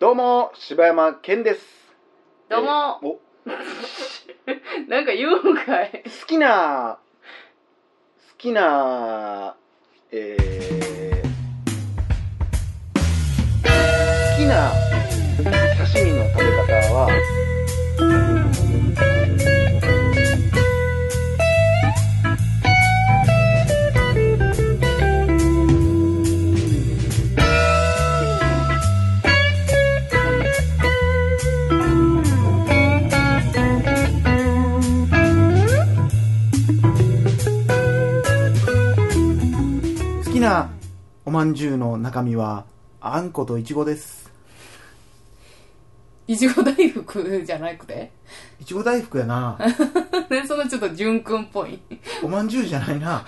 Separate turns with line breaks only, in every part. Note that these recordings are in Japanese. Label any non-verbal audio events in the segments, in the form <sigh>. うも柴山健です
どうも
えーお好
<laughs> なんか言うんかい。
きな好きなえー、好きな刺身の食べ方は好きなおまんじゅうの中身はあんこといちごです
いちご大福じゃなくて <laughs>
いちご大福やな
ねそのちょっと純くんっぽい。
おまんじゅうじゃないな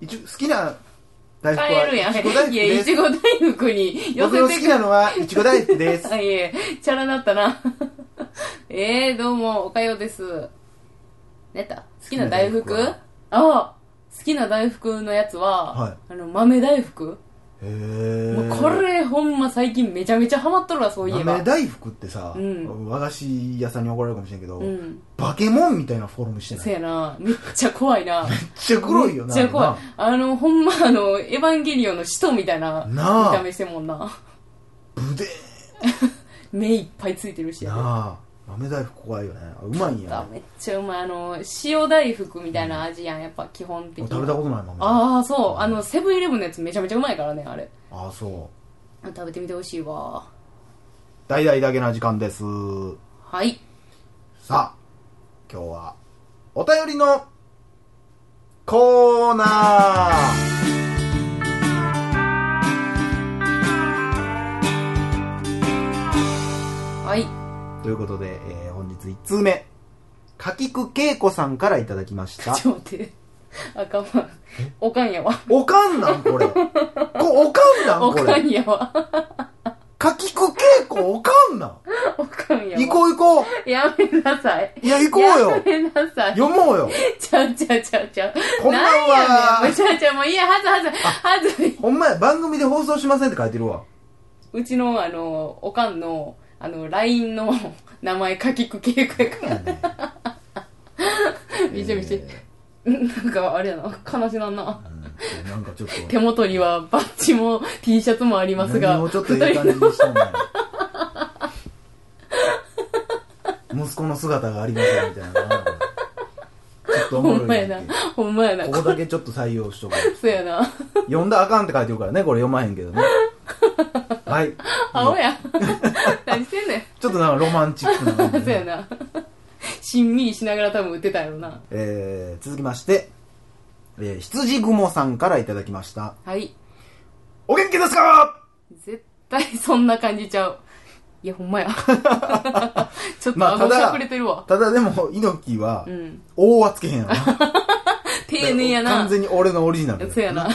いち好きな大福
買えるや
は
ん。
いちご大福
いや、
で
い
す
ちご大福に寄
僕の好
せて
きなのはいちご大福です
あいえ、チャラなったな。 <laughs> えー、どうも、おかようです。寝た好きな大
好き
福
な大福は
ああ好きな大福のやつは、
はい
あの、豆大福、
へえ
もうこれ、ほんま最近めちゃめちゃハマっとるわ、そういえば。
豆大福ってさ、
うん
和菓子屋さんに怒られるかもしれんけど、
うん。
バケモンみたいなフォルムしてない
せ
めっ
やな。めっちゃ怖
<laughs>
いな。
ちゃ黒いよな
めっちゃ怖い
あれな。
あの、ほんまあの、エヴァンゲリオンの使徒みたいな見
なあ
た目してんもんな。
ブデ
目いっぱいついてるし
ー。なあ豆大福怖いよねあうまいんやね
めっちゃうまい。あの、塩大福みたいな味やん、やっぱ基本的
俺
に。
食べたことない豆あ
ああ、そう。あの、セブンイレブンのやつめちゃめちゃうまいからね、あれ。
あそう
食べてみてほしいわ。
大々だけな時間です
はい。
さあ今日はお便りのコーナー
はい。
ということで、えー本日1通目柿久恵子さんからいただきました
ちょっと待って。あかんわ。おかんやわ。
おかんなんこれ。こおかんなん
お
こ
か
れ。
んやわ。
かきくけいこおかんなん。
おかんやわ。
行こう行こ
やめなさい。
う。いや行こうよ
や。めなさい。
読もうよ。
ちゃうちゃうちゃうちゃう。
こんばんは
なんやねん。ちゃうちゃう、もういいや、はずはず、はず。
ほんまや、番組で放送しませんって書いてる
<laughs>
わ。
うちの、あの、おかんの、あの、LINE の名前書きくけか
い
ら。
やね
見て見て。
え
なんか、あれやな、悲しなんな
ー。うんなんかちょっ
手
と、
元にはバッジも T シャツもありますが、
もうちょっといい
二
感じ
人
にしたんだよ。息子の姿がありませんみたいな。なんかちょっとお
ほ
も
んま
ろい
や
な
な
って。
ほんまやな。
ここだけちょっと採用しとこう。
そうやな。
読んだらあかんって書いてるからね、これ読まへんけど
<laughs>
ね。はい。
青や。何してんねん。
ちょっとなんかロマンチックな感じ
<laughs> そう
で
やな。しんみりしながら多分打てたやろな。
えー続きまして、えー、羊雲さんからいただきました。
はい。
お元気ですか
絶対そんな感じちゃう。いや、ほん
<laughs>
まや。ちょっと
まあ
顎
ただ
しゃくれてるわ。
ただでも、猪木は
う、ん。
大はつけへんやろ
<laughs>
な。
丁寧やな
完。全に俺のオリジナル。
そうやな。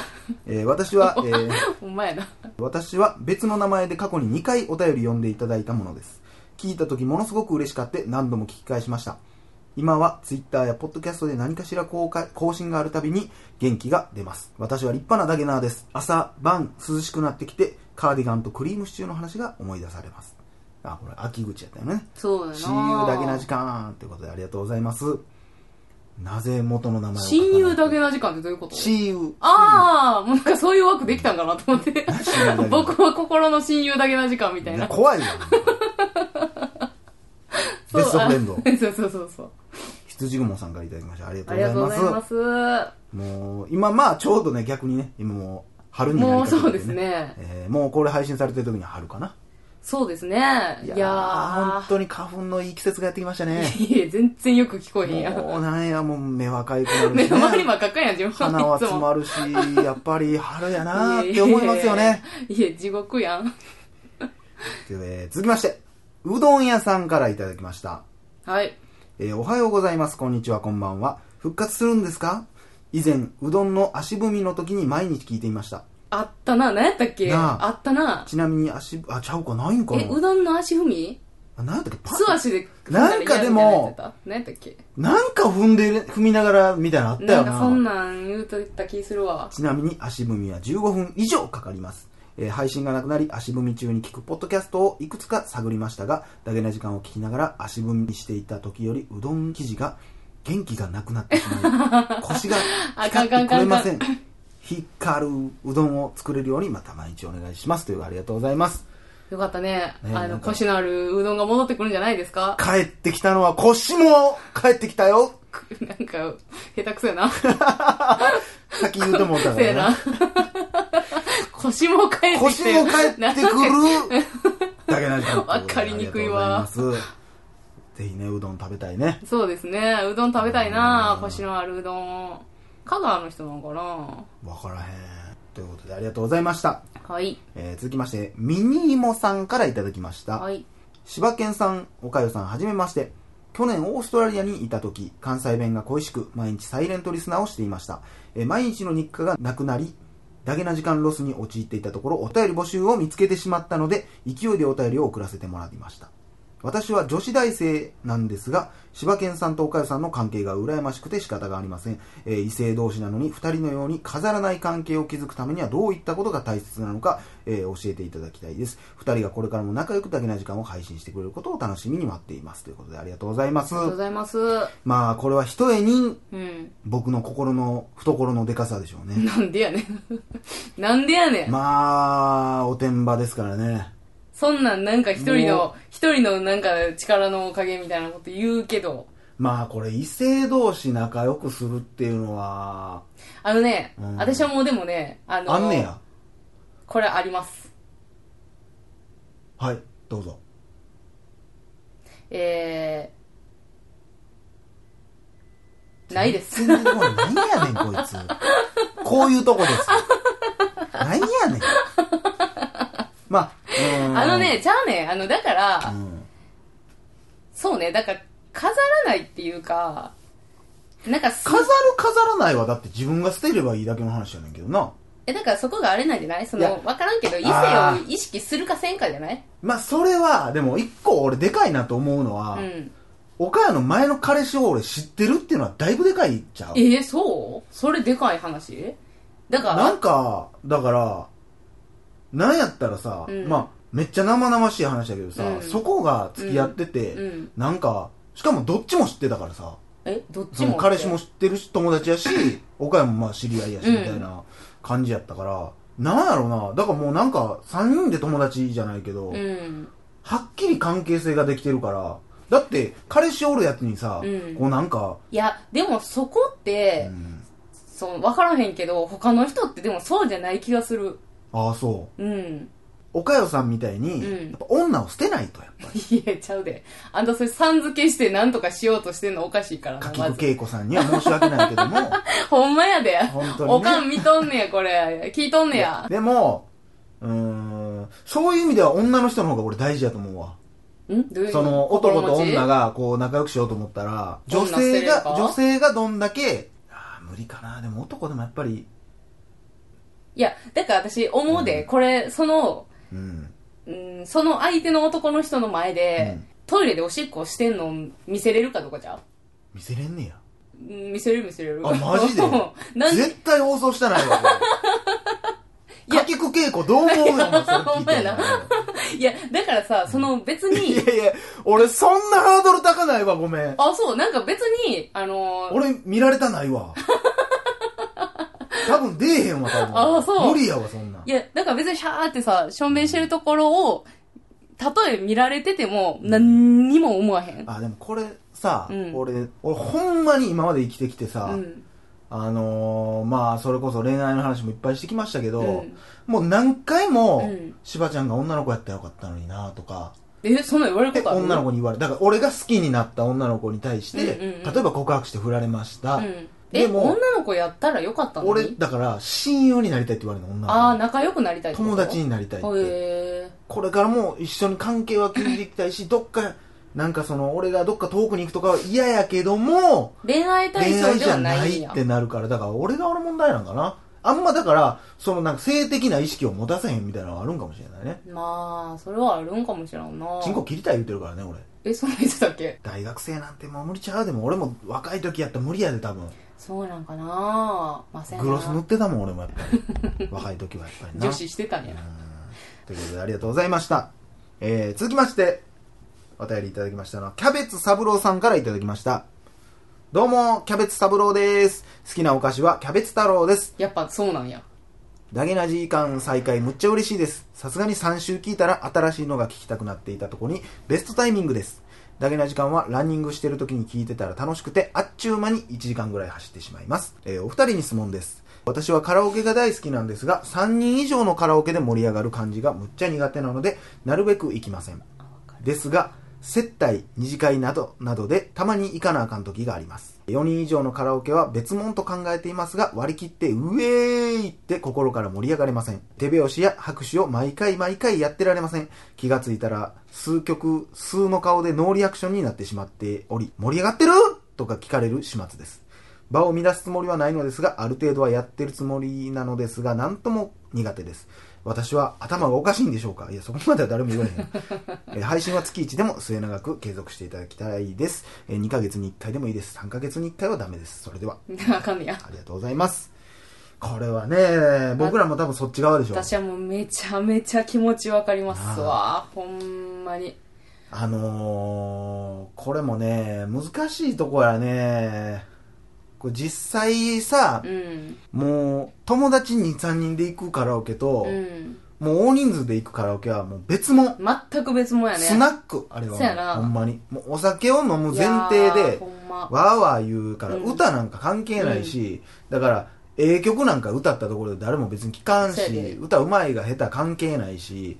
えー私は、えー
ほんまやな。
私は別の名前で過去に2回お便り読んでいただいたものです。聞いた時ものすごく嬉しかって何度も聞き返しました。今はツイッターやポッドキャストで何かしら公開更新があるたびに元気が出ます。私は立派なダゲナーです。朝晩涼しくなってきてカーディガンとクリームシチューの話が思い出されます。あ、これ秋口やったよね。
そうやな。
親友だけな時間ということでありがとうございます。なぜ元の名前を書かない
親友だけな時間ってどういうこと
親友。
ああ、もうなんかそういう枠できたんかなと思って
親友だけな。
僕は心の親友だけな時間みたいな。
怖いよ。
<laughs> そう
ベストフレンド。
あそうそうそうそう。
<laughs> 羊雲さんからいただきました。ありが
ありが
と
と
うご
うご
ざ
ざ
い
い
ま。
ますす。
もう、今まあちょうどね、逆にね、今もう春になり
もう
かけて、
そうです。ね。
えーもうこれ配信されてる時には春かな。
そうですね。いや
い
ー。
やー、本当に花粉のいい季節がやってきましたね。
いや、全然よく聞こえへんやん。
もうなんや、もう目はかゆくなる
目
し、
の周り
ね。
真っ赤っかやん、自分
鼻はい
つも
詰まるし、 <laughs> やっぱり春やなーって思いますよ
<laughs>
ね。
いや、地獄やん。
えー続きまして、うどん屋さんからいただきました。
はい。
えーおはようございます。こんにちは、こんばんは。復活するんですか以前、うどんの足踏みの時に毎日聞いていました。
あったな、何やったっけ
なあ
あったな。
ちなみに足、あ、ちゃうか、ないんかな
え、うどんの足踏み
あなんだっけ、パ
素足で踏だら
なんかでも
嫌みたいなやつやった、何やったっけ
なんか踏んでる、踏みながら、みたいなのあった
な
よ
ん
な。
かそんなん言うとった気するわ。
ちなみに足踏みは15分以上かかります。えー配信がなくなり足踏み中に聞くポッドキャストをいくつか探りましたが、ダゲな時間を聞きながら足踏みしていた時よりうどん生地が元気がなくなってしま <laughs> い、腰が光ってくれません。光るうどんを作れるようにまた毎日お願いします。というありがとうございます。
よかったね。
ね
あ
な
の、
んか
腰のあるうどんが戻ってくるんじゃないですか <laughs>
帰ってきたのは腰も帰ってきたよ。
なんか、下手くそやな。
さっき言うてもうた <laughs>
<laughs> そ
か
や
ら
な
ね。。
腰も返ってき
腰
て
も帰ってくる。だけな時間
<laughs> わかりにくいわ
ありがとうございます。ぜひね、うどん食べたいね。
そうですね。うどん食べたいな
うん
腰のあるうどん。香川の人なのかな
わからへん。ということでありがとうございました。
はい。
えー続きまして、ミニイモさんからいただきました。
はい。
柴犬さん、おかよさん、はじめまして。去年オーストラリアにいた時、関西弁が恋しく、毎日サイレントリスナーをしていました。えー毎日の日課がなくなり、ダゲな時間ロスに陥っていたところ、お便り募集を見つけてしまったので、勢いでお便りを送らせてもらいました。私は女子大生なんですが、柴犬さんとおかよさんの関係が羨ましくて仕方がありません。えー異性同士なのに、二人のように飾らない関係を築くためにはどういったことが大切なのか、えー教えていただきたいです。二人がこれからも仲良くだけな時間を配信してくれることを楽しみに待っています。ということでありがとうございます
ありが。とうございます。
まあ、これは一重に
うん。
僕の心の懐のデカさでしょうね。
なんでやねん。 <laughs> なんでやねん。
まあ、おてんばですからね。
そんなんなんか一
も
人の、一人のなんか力のおかげみたいなこと言うけど。
まあ、これ異性同士仲良くするっていうのは、
あのね、
うん
私はもうでもね、あの、
あんねや。
これあります。
はい、どうぞ。
えー、ないです。
全然これ何やねん、こいつ。こういうとこです。何やねん。まあ、うん
あのね、、じゃあね、あの、だから、
うん
そうね、だから、飾らないっていうか、なんかす、
飾る飾らないはだって自分が捨てればいいだけの話やねんけどな。
え、だからそこがあれなんじゃないそ
いや
の、わからんけど、異性
あ
を
ー
意識するかせんかじゃない
まあ、それは、でも一個俺でかいなと思うのは、
うん。
岡谷の前の彼氏を俺知ってるっていうのはだいぶでかいっちゃう
え。ー、そうそれでかい話だから、
なんか、だから、なんやったらさ、
うん
まあ、めっちゃ生々しい話だけどさ、
うん
そこが付き合ってて、
うん。
なんか、しかもどっちも知ってたからさ、
え、どっち
そ
も
の
って。
彼氏も知ってるし、友達やし、岡山もまあ知り合いやし、
うん
みたいな感じやったから、なんやろな、だからもうなんか、3人で友達じゃないけど、
うん。
はっきり関係性ができてるから、だって、彼氏おるやつにさ、
うん
こうなんか、
いや、でもそこって、
うん
その、わからへんけど、他の人ってでもそうじゃない気がする。
ああ、そう。
うん。 <laughs>
岡谷さんみたいに、
うん
やっぱ女を捨てないと、やっぱり。
いや、ちゃうで。あんたそれさん付けして何とかしようとしてんのおかしいからな、
柿
ま
久
ず。
恵子さんには申し訳ないけど
<laughs>
も、
ほんまやで。
本当に、ね。
おかん見とんねや、これ。聞いとんねや。
でも、うーん、そういう意味では女の人の方が俺大事やと思うわ。
んどういう
その男と女
が。
がこう仲良くしようと思ったら、
女
女性
捨てれる
が、
か
女性がどんだけ、ああ、無理かな。でも男でもやっぱり、
いや、だから私思うで、これ、その、
うん。
うん、その相手の男の人の前で、
うん
トイレでおしっこしてんのを見せれるかとかじゃん
見せれん
<laughs>
ねや。
うん見せれる見せれる。
あマジで
<laughs> なんで
絶対放送してないわ。
いや
かきくけいこどう思うよ、お前それ聞いて
<laughs> いやいや、だからさ、その別
い
に、
やいや、俺そんなハードル高ないわ、ごめん。
あ、そう、なんか別に、あのー
俺見られたない
<laughs>
わ。多分出えへんわ、多分。
あそう
無理やわ、そんなん
い。や、だから別にシャーってさ、証明してるところを、たとえ見られてても、何にも思わへん。
あ、でもこれさ、
うん
俺、俺ほんまに今まで生きてきてさ、
うん。
あのー、まあ、それこそ恋愛の話もいっぱいしてきましたけど、
うん
もう何回も
うん、
しばちゃんが女の子やったらよかったのになとか、
え、そんなん言われる
で
ことある
女の子に言われ、だから俺が好きになった女の子に対して、
うんうんうん
例えば告白して振られました。
うん。え、
でも
女の子やったらよかったのに
俺、だから、親友になりたいって言われるの、女
ああ、
の
仲良くなりたい
子。友達になりたい
な
って。
へ
これからも一緒に関係は築いていきたいし、どっか、なんかその、俺がどっか遠くに行くとかは嫌やけども、
ー恋愛対
恋
象
愛
で
じゃ
は
な
ないん
い
や
っ。てなるから、だから俺が俺問題なんかな。あんまだから、そのなんか性的な意識を持たせへんみたいなのがあるんかもしれないね。
まあ、それはあるんかもしれんな。
チンコ切りたい言うてるからね、俺。
え、そんなん言ってたっけ
大学生なんてもう無理ちゃうでも、俺も若い時やったら無理やで、多分。
そうなんかなまあ、せやな
グロス塗ってたもん、俺もやっぱり。若い時はやっぱりな。
女子してたんや。
うんということでありがとうございました。えー、続きまして、お便りいただきましたのは、キャベツ三郎さんからいただきました。どうも、キャベツ三郎です。好きなお菓子はキャベツ太郎です。
やっぱそうなんや。 <laughs>
ダゲな時間再開むっちゃ嬉しいです。さすがに3週聞いたら新しいのが聞きたくなっていたとこにベストタイミングです。ダゲな時間はランニングしてる時に聞いてたら楽しくてあっちゅう間に1時間ぐらい走ってしまいます。えーお二人に質問です。私はカラオケが大好きなんですが3人以上のカラオケで盛り上がる感じがむっちゃ苦手なのでなるべく行きません。ですが接待二次会などなどでたまに行かなあかん時があります4人以上のカラオケは別物と考えていますが割り切ってウェーイって心から盛り上がれません手拍子や拍手を毎回毎回やってられません気がついたら数曲数の顔でノーリアクションになってしまっており盛り上がってるとか聞かれる始末です場を乱すつもりはないのですが、ある程度はやってるつもりなのですが、なんとも苦手です。私は頭がおかしいんでしょうかいや、そこまでは誰も言われへん。えー配信は月1でも末永く継続していただきたいです。え2ヶ月に1回でもいいです。3ヶ月に1回はダメです。それでは、
あかんねや。
ありがとうございます。これはね、僕らも多分そっち側でしょ。
私はもうめちゃめちゃ気持ちわかりますわ。ほんまに。
あのー、これもね、難しいとこやね。これ実際さ
う、ん。
もう友達に3人で行くカラオケと、
うん。
もう大人数で行くカラオケはもう別もん、
全く別物やね。
スナックあれ
そうやな
はほんまにもうお酒を飲む前提
いやー
で
ほんま。
わーわー言うから、
うん
歌なんか関係ないし、だからええ曲なんか歌ったところで誰も別に聞かんし
そうやで
歌うまいが下手関係ないし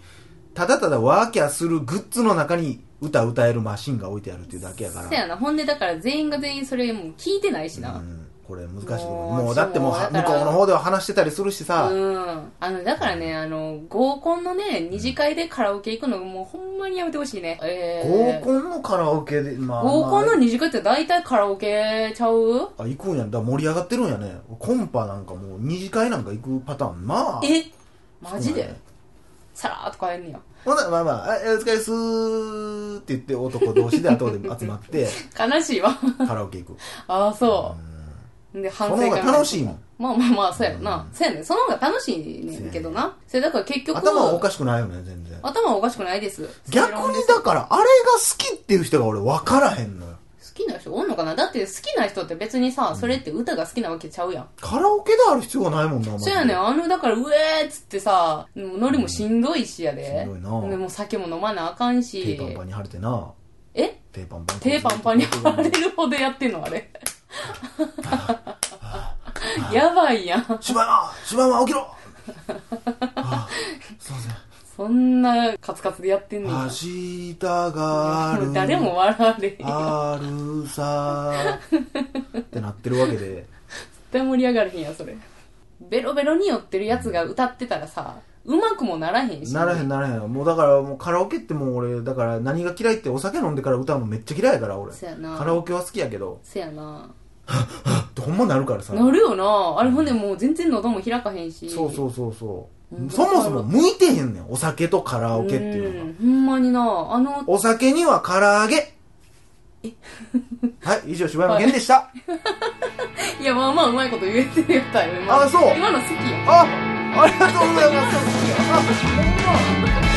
ただただワーキャーするグッズの中に歌歌えるマシンが置いてあるっていうだけやから
そやな。ほんでだから全員が全員それもう聞いてないしな。
うんこれ難しいところ
もう
もうだってもう
そう
は
だ
向
から
こうの方では話してたりするしさ、
うん。あの、だからね、あの、合コンのね、二次会でカラオケ行くの、もうほんまにやめてほしいね。え
合
ー、
コンのカラオケでまあまあ
合コンの二次会って大体カラオケちゃう
あ行くんやだから盛り上がってるんやねコンパなんかもう二次会なんか行くパターンまあ
えマジ
そうなん
で
や
さらーっと帰んねや。
ほんならまあまああ「えお疲れっす」って言って男同士で後で集まって
<laughs> 悲しいわ。
カラオケ行く
ああ、そう。で、
そ
反
の
省
方
会
が楽しいもん
まあまあまあ、そうやろな。そうやね。その方が楽しいねんけどな。それだから結局、
頭はおかしくないよね全然
頭はおかしくないです。
逆
正論で
に
す
だからあれが好きっていう人が俺分からへんのよ
好きな人おんのかなだって好きな人って別にさ、それって歌が好きなわけちゃうやん。
カラオケである必要がないもんなマジ
そ
で
うやねんあの、だから、うえーっつってさ、もうノリもしんどいしやで。
うんしんどいな
でもう酒も飲まなあかん
手
し。
パンパンに腫れてな
え
手パンパン
手パンパンに貼れるほどやってんのあ
<laughs>
れ。やばいやん。
しまいましまいま起き
<laughs>
ろあすいません
そんなカツカツでやってんねん
明
や。
日がある
誰も笑われへん。絶
あるさーってなってるわけで
対盛り上がれへんやん、それ。ベロベロに酔ってるやつが歌ってたらさ、うまくもならへんし。
ならへんならへんもうだからもうカラオケってもう俺だから何が嫌いってお酒飲んでから歌うのめっちゃ嫌いやから俺
そや
カ
な
ラオケは好きやけど
せやな。
ってほんまなるからさ
なるよな。あれほんでもう全然喉も開かへんし。
そうそうそうそう、
うん
そもそも向いてへんねんお酒とカラオケっていうのが
んほんまにな、あの、
お酒には唐揚げはい以上柴山健でした、
いや、まあまあ、うまいこと言えてたよ。今の
あそう
今の好きや。
あありがとうございますあほんま